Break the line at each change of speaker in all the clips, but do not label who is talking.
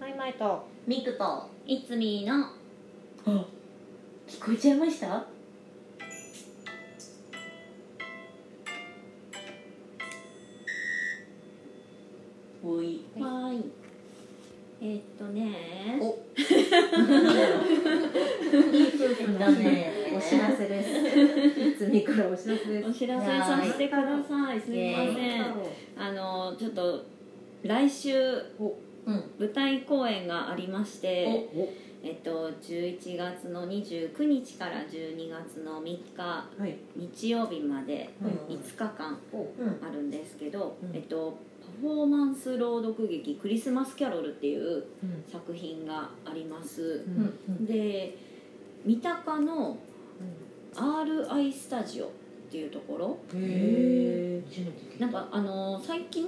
はい、マイト。
ミクといつみの
あ
聞こえちゃいましたおい
は
はいえーっとね
お
いい夫婦だね。
お知らせです。
罪からお知らせで
お
す。
知らせさせてくださいすみま
イ
せんあのちょっと来週
うん。
舞台公演がありまし
お
て、えっと、11月の29日から12月の3日
はい。
日曜日まで
うん
5日間
うん。
あるんですけど、
うん
えっと、パフォーマンス朗読劇「クリスマスキャロル」っていう
うん。
作品があります
う、
うん。
ん。
で三鷹の RI スタジオっていうところ
へえ。
なんかあのー最近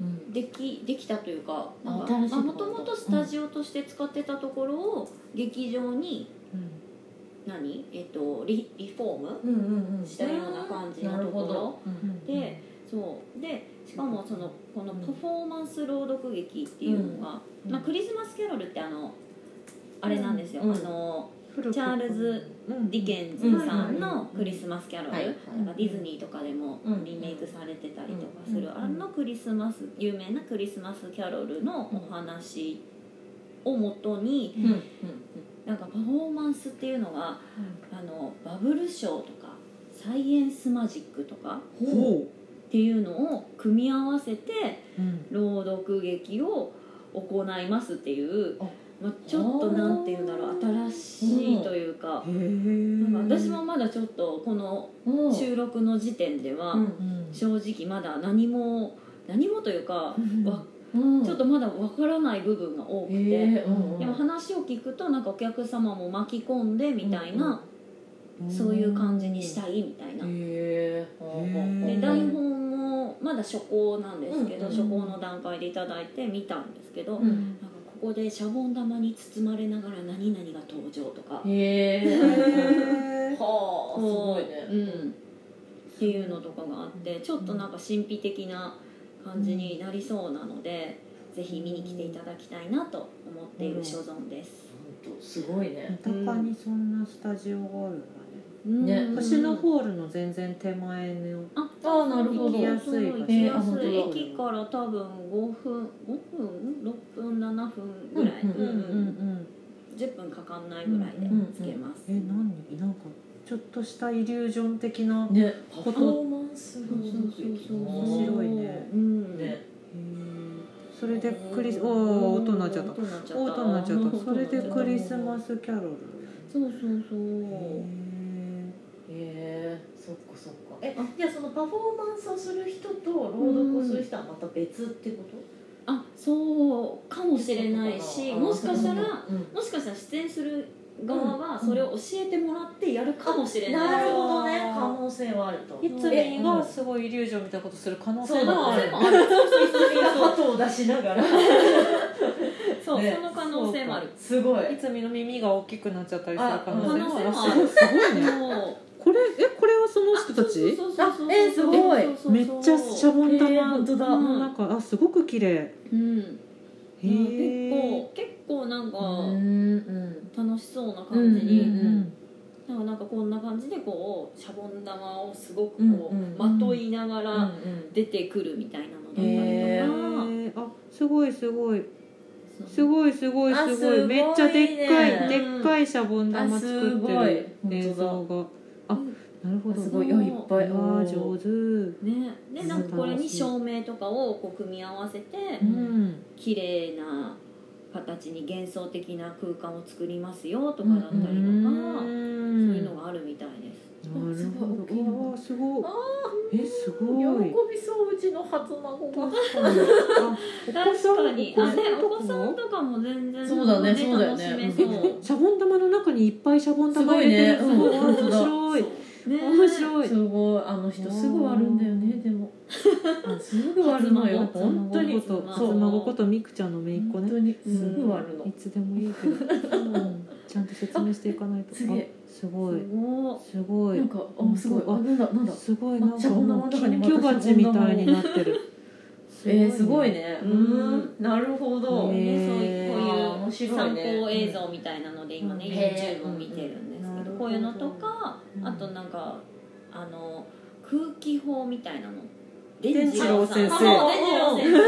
うん。
できできたというか
あ
なんか
新しい
まあ
とこ
も
と
もとスタジオとして使ってたところを劇場に
うん。
何、えっと、リリフォーム
うんうんうん。
したような感じのところ。
うん。
でそうでしかもそのこのパフォーマンス朗読劇っていうのが、
うん
まあ、クリスマスキャロルってあのあれなんですよ、
うん
あの
古く
チャールズ
うん
ディケンズさんのクリスマスキャロル、
はいはい
なんかディズニーとかでも
うん
リメイクされてたりとかする、
うん
あのクリスマス有名なクリスマスキャロルのお話をもとに
うんうん
なんかパフォーマンスっていうのがあのバブルショーとかサイエンスマジックとか
うん。ほ
っていうのを組み合わせて
う。うん。
朗読劇を行いますっていう
あ
まあ、ちょっとなんていうんだろう新しいというか。
へえ。
なんか私も。まだちょっとこの
うん。
収録の時点では
うん
うん。
正直まだ何も何もというかわ
うん。
ちょっとまだわからない部分が多く
へ
て
え。うんうん。
でも話を聞くとなんかお客様も巻き込んでみたいなそういう感じにし
へ
たいみたいな
え。うん
で
うん
台本もまだ初稿なんですけど
うん
初稿の段階でいただいて見たんですけど
う
なんか
ん。
ここでシャボン玉に包まれながら何々が登場とか
へえ。
へえ。
はあ。す
こ
ご
う
いね。
うん、っていうのとかがあってちょっとなんか神秘的な感じになりそうなので、ぜひ見に来ていただきたいなと思っている所存です、
ほんとすごいね。
三鷹にそんなスタジオがあるんだね。
うん
ね
うん
星のホールの全然手前の。
あ
あなるほど
行きやすい
えー
行きや
あ本
す
当だ
い駅から多分5分5分6分7分ぐらい、
うん
うんうんうん。
10分かかんないぐらいでつけます、
え何なんかちょっとしたイリュージョン的な、
ね。
こ
パ
と
フォーマンス
そうそうそう
面白いね
うん、
ね。
それでクリス
う
お
ん
お音になっちゃった
音になっちゃった
お音になっちゃった
うん
それでクリスマ
ス
スキャロル
そうそうそ
へ
へ
う、
えそっかそっかえじゃあそのパフォーマンスをする人と朗読をする人はまた別ってこと
あそうかもしれないしもしかしたら
うん
もしかしたら出演する側は
うん
それを教えてもらってやるかもしれない、
なるほどね可能性はあると
えいつみがすごいイリュージョンみたいなことする可能性もある
可能性もある
つみが鳩を出しながら
そう、
ね
その可能性もある
すごい
いつみの耳が大きくなっちゃったりする可能性もある
あ可能性もあ
すごい
る
すごいね
も
これえこれはその人たち
そうそうそうそう
あえすごい
そうそうそう
めっちゃシャボン
えー
玉
本当だ
の中あすごく綺麗
う
へ
ん、うん結
え
構結構なんか
うん
楽しそうな感じに、
うんうん
なんかなんかこんな感じでこうシャボン玉をすごくこう、
うんうん
まといながら出てくるみたいなのだったりとか、
へ
へーあすごいすごい
そう
すごいすごい
あ
す
す
ご
ご
い
いね
めっちゃでっかいで
うん
っかいシャボン玉
あ
作
す
って
ごい
る映像があ
うん
なるほど
すごいよいっぱい
わあ上手う
ね、でなんかこれに
素晴
照明とかをこう組み合わせて
ん
綺麗な形に幻想的な空間を作りますよとかだったりと
う
か、
ん
そう
い
いうのがあるみたいです。
なるほ
すごい大きいの
どわあすごい
あ
えす
喜
ごい
びそううちの初孫が
あお子さんお子さんと
確かにあねお子
か
さん
も
とかも全然
そうだねそうだよね
楽し
え
めそう。
シャボン玉の中にいっぱいシャボン玉入れてる
す
す
ごいね
ごい
うん
面白い
ね
面白い
すごいあの人すぐ割るんだよねでもあすぐ割るのよ
初孫
本当に
初孫
ま
と
あ
そう孫ことみくちゃんの姪っ子
本
ね
当にすぐ割るの
いつでもいいけど、うんちゃんと説明していかないと
あすげえ
あすごい
すご
すご
な
い
いんかあすごいあなんだなんだ
すごいなん
あシ
か
ャボン
も
玉の
う
中に
金魚鉢みたいになってるごいね
えーすごいね
うん
なるほど、
ね
ね、そういうこう
あー面
いう
白い
参
ね
考映像みたいなので今ね、
うん
YouTube を見てるんですけど、
うん
こういうのとか、
うん
あとなんかあの空気砲みたいなの
伝次郎先生
あそう伝次郎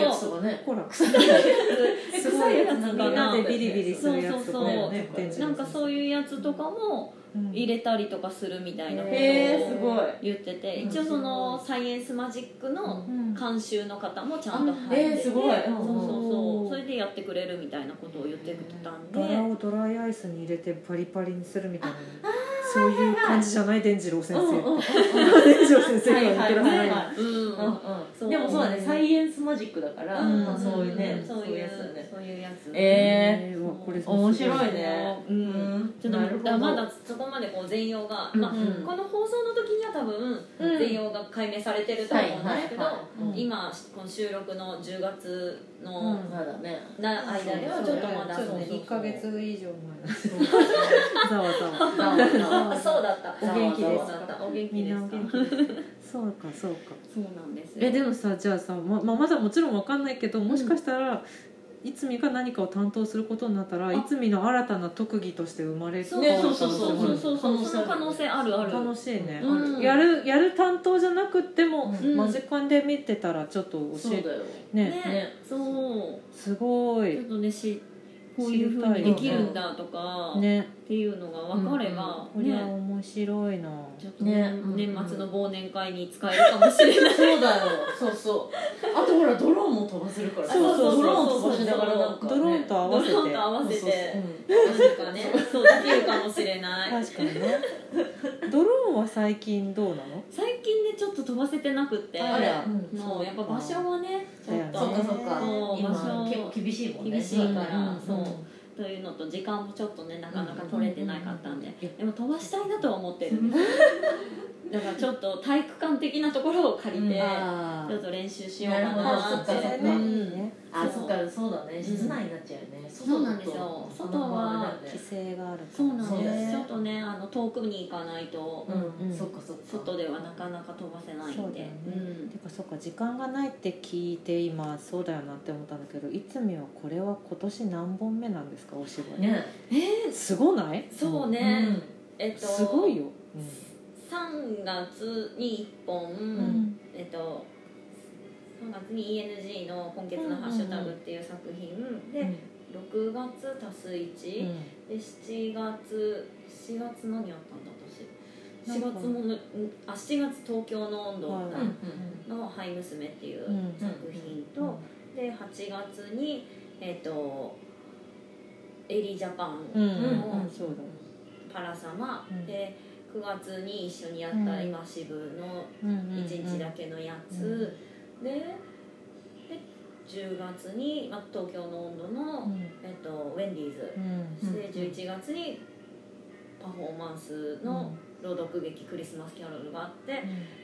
臭
生の
いやつとかね
ほら
え
す
臭
ご
い
い
や
や
つ
つな
な
んん
か
か
な
なビリビリするやつとかだよね
そうそうそう
なんかそういうやつとかも
うん
入れたりとかするみたいなことを
へーすごい
言ってて一応そのサイエンスマジックの
うん
監修の方もちゃんと入ってて、
えーすごい
そうそうそう
おー
それでやってくれるみたいなことを言ってたんで、
柄をドライアイスに入れてパリパリにするみたいなそういう感じじゃない伝次郎先
うんうん
生
うん
伝次郎先生から抜け出せないい
ははい
うん
う
そ
ん、
う
でもそうだねサイエンスマジックだから、
うん
まあ、そういうね、
ん
そ
そうう
いう
い
や
う
つだね
そういうやつ
え
えーうわこれ
ー
すご
面白いね
うんちょっと
なるほど
まだそこまでこう全容が、まあ
うん
この放送の時には多分
うん
全容が解明されてると思うんですけど、
はいはいはいうん
今この収録の10月
う
の
ん
まだね
な間ではちょっとまだ
そう
すでに
1ヶ月以上
そう
前ざわざわ
ざわざ
あ
わ
そうだった
お元気ですか
そうだったお元気
みん
で
な
す
お
か
元気ですそうかそうか
そうなんですよ
えでもさじゃあさままあまだもちろんわかんないけどもしかしたら、いつみが何かを担当することになったらいつみの新たな特技として生まれる
そう
ね
そうそうそうそうそう
そう
その可能性あるある
楽しいね、
うん
やるやる担当じゃなくっても、
うん
間近で見てたらちょっと教
そう
えて
だよ
ね
ね
ね
そう
すご
ちょ
い
っとねしこう
知
い
り
うふ
た
う
い
にできるんだとか、
ね
っていうのが分かれば、
これは
ね
面白いな、
ちょっと
ね
ね
うん
年末の忘年会に使えるかもし れない
そうだよそうそうあとほらドローンも飛ばせるから
そうそうそう
ドローン飛ばしながらなんか、ね、
ドローンと合
ドロ
わせて
ーンと合わせ
そうそう
て
そううん
なんかねそうできるかもしれない
確かにねドローンは最近どうなの
最近ねちょっと飛ばせてなくって
あら、
うん
もうやっぱ場所がねちょっ
だ
と
よ
そっ
ね
かそっか
そう
今
場所
結構厳しいもんね
厳しいから、
うんうんうん
そうというのと時間もちょっとねなかなか取れてなかったんで、
うんうん
でも飛ばしたいなとは思ってるんですだからちょっと体育館的なところを借りて、
うん
あ
ちょっ
ー
と練習しようか
なる
な
ほ
っ
どそ
て
っかそっか
ね
あ
そ
そうっかそうだね室内になっちゃうよね、外
そうなんですよ
だと
外は
あれだよ
規
ね
制があるから
そうなんです、
ね
ちょっとねあの遠くに行かないと、
うん、
うん
そっかそっか
外ではなかなか飛ばせない
そ
ん
うだ
で
よね、てかそっか時間がないって聞いて今そうだよなって思ったんだけどいつみはこれは今年何本目なんですかお芝居、
ね
え
すごない
ー、そうね、えっと
すごいよ、
3月に1
うん
本、
うん
えっと3月に ENG の「今月のハッシュタグ」っていう作品、
うん
で6月足す1、で7月7月何やったんだ私
なん
4
か
月ものんあ7月東京の温度
はい
うんうん
の「ハイ娘」っていう
うんうん
作品と、で8月にえっ、とエリージャパン、
うんうん
うん
そうだ
パラ様、
うん
で9月に一緒にやった
うん
今渋の
1
1日だけのやつ、でで10月に、まあ、東京の温度の、えっと、ウェンディーズ
う、ん
そして11月にパフォーマンスの朗読劇「クリスマスキャロル」があって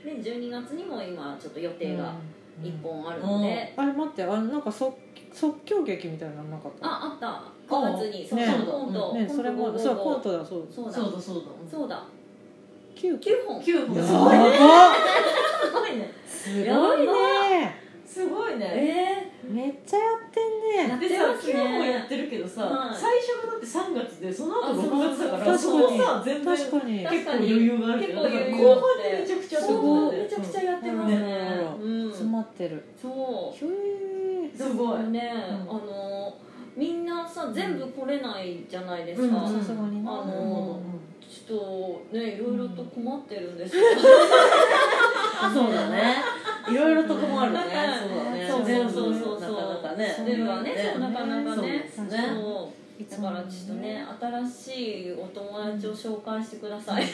で12月にも今ちょっと予定が1本あるので、
あれ待ってあのなんか即即興劇みたいなのなかった
ああった9月にそう、
ね
そうコント、
ね
コント
それも
55
そうコントだそう
そうだ
そうだそうだ
そうだ
9
9本
九本
や
すごいね
ば
す
すご
ごいね
いね
すごいね
え
めっちゃやってんね
やっ
で
て
さ
ます
九本やっ
ね
てるけどさ、
はい
最初がだって三月でその後
あ
六月だから
確
そ
か
の
に
さ全然
確かに
確
結構
か
余
に
裕があるけど
結構余裕
後半でめちゃくちゃ
そう
そう
だよ
め
ね
ちゃくちゃやってますね
ね
うん
詰まってる
そう
ひょえ
すごい
ね、
うん
あのみんなさ全部来れないじゃないですか、
うんうん
さすがにな
あ
うん
の
うんうん
ちょっとねいろいろと困ってるんですよ、
そうだね。いろいろと困るね。そうだ ね。
そう
全部
そう
そうそう
なかなかね。
全部はね
ね
そうなかなか
そう
ね
ですね。
そうだからちょっとね新しいお友達を紹介してください、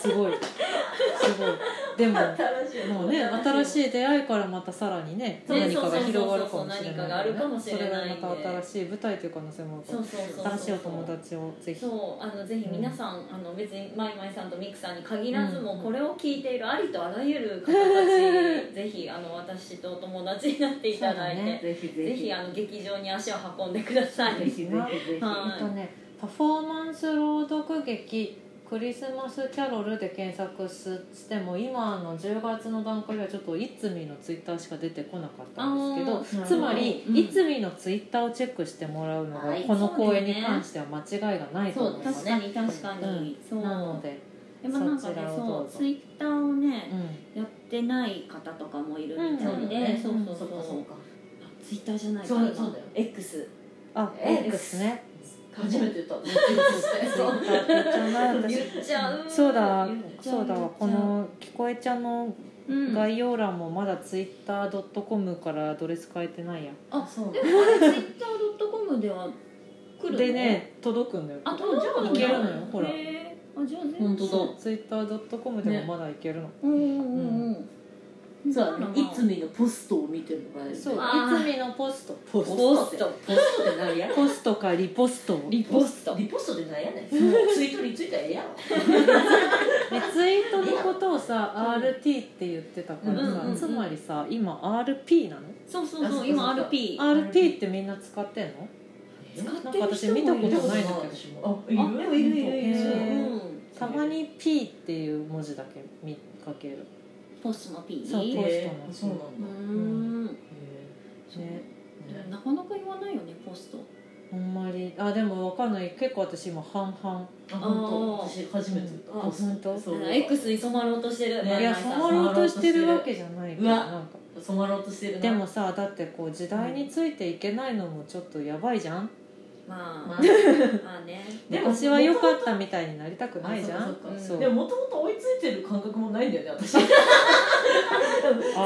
すごいすごいでももうね新しい出会いからまたさらにね
ね
何かが広がるかもしれない、ね、
そうそうそうそう何かがあるかもしれないんで
それがまた新しい舞台という可能性もあるから
そうそうそうそう
新しいお友達をぜひ
そうあのぜひ皆さん、あの別にまいまいさんとミクさんに限らず、
うん
もうこれを聞いているありとあらゆる 方たちぜひあの私とお友達になっていただいて
そうだね
ぜひぜ
ぜ
ひ
ひあの劇場に足を運んでください。
ぜひぜひぜひ
は
えっとねパフォーマンス朗読劇「クリスマスキャロル」で検索すしても今の10月の段階ではちょっと「いつみ」のツイッターしか出てこなかったんですけど
すけど
つまり
う、ん
いつみのツイッターをチェックしてもらうのが
あい
この
そ
公
うだよね
演に関しては間違いがないと思いま
確
す。
かに確かに、そう
なので、
でもなんかね
そちらをど
そうう
ぞ
ツイッターをね
うん、
やってない方とかもいる
うん
みたいで、そうそう
そ
そう
っかそうか
あツイッターじゃない
そうそうだよ
X
あ、
え
X ね。
初めて言ったの
Twitter って言っちゃうな私
言っちゃう
そうだ
言っちゃ
そうだわこの「聞こえちゃん」の
うん
概要欄もまだツイッター .com からアドレス変えてないや、
あそう
でもあれツイッター .com では来るの
でね届くんだよ
あ届くの
いけるのよほら
へーあじゃあね
本当だ
ツイッター .com でもまだいけるの、
うんうんうんうん
そうだね
ん
いつみのポストを見てもらえる
そうい
あー
つみのポストポ
ポストってポストって何や
ポストかリポストをリ
リポスト
リポストでなんやねんツイートリツイートはええやろ
ツイートのことをさ RT って言ってたからさ、
うんうんうん
つまりさ今 RP なの、
そうそう
あそう
そ
か
う今
そうか
RP
RP ってみんな使ってんの
使
な
っ
ん
て
か
る
私
人も
見
い
た
る
ことないんだ
あ
けど
いる
あでもいるいるいる
そう
うん
たまに P っていう文字だけ見かける
ポストの P
そうポスト
へ
の
えそうなんだ
うーん
へ
ね
えね
なかなか言わないよねポスト
あんまりあでもわかんない結構私今半々
あ本当
あー
私初めて
あ
ポスト
本当
そう
あ X に染まろうとしてる
ね
いや
前々
染
さん
まろうとしてるわけじゃないけど
うわ
なんか
染まろうとしてるな
でもさだってこう時代についていけないのもちょっとやばいじゃん
ま
ま
あ
あ
まあね
でも
昔は良かったみたいになりたくないじゃ
あそ
ん
うか
そうか
そう
でももともと追いついてる感覚もないんだよね私
あ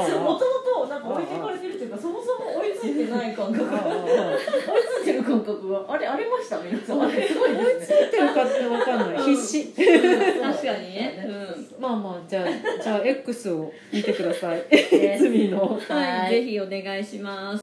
あ
そうもともとなんか置いてかれてるっていうかそもそも追いついてない感
あ
覚
ああ
が
あ
追いついてる感覚があれありました皆さんあ れすごい
追い
で
つ
すね
いてるかってわかんない
うん
必死
確かにねうん
まあまあじゃあじゃあ X を見てください
です
罪の
は
はい
い、ぜひお願いします。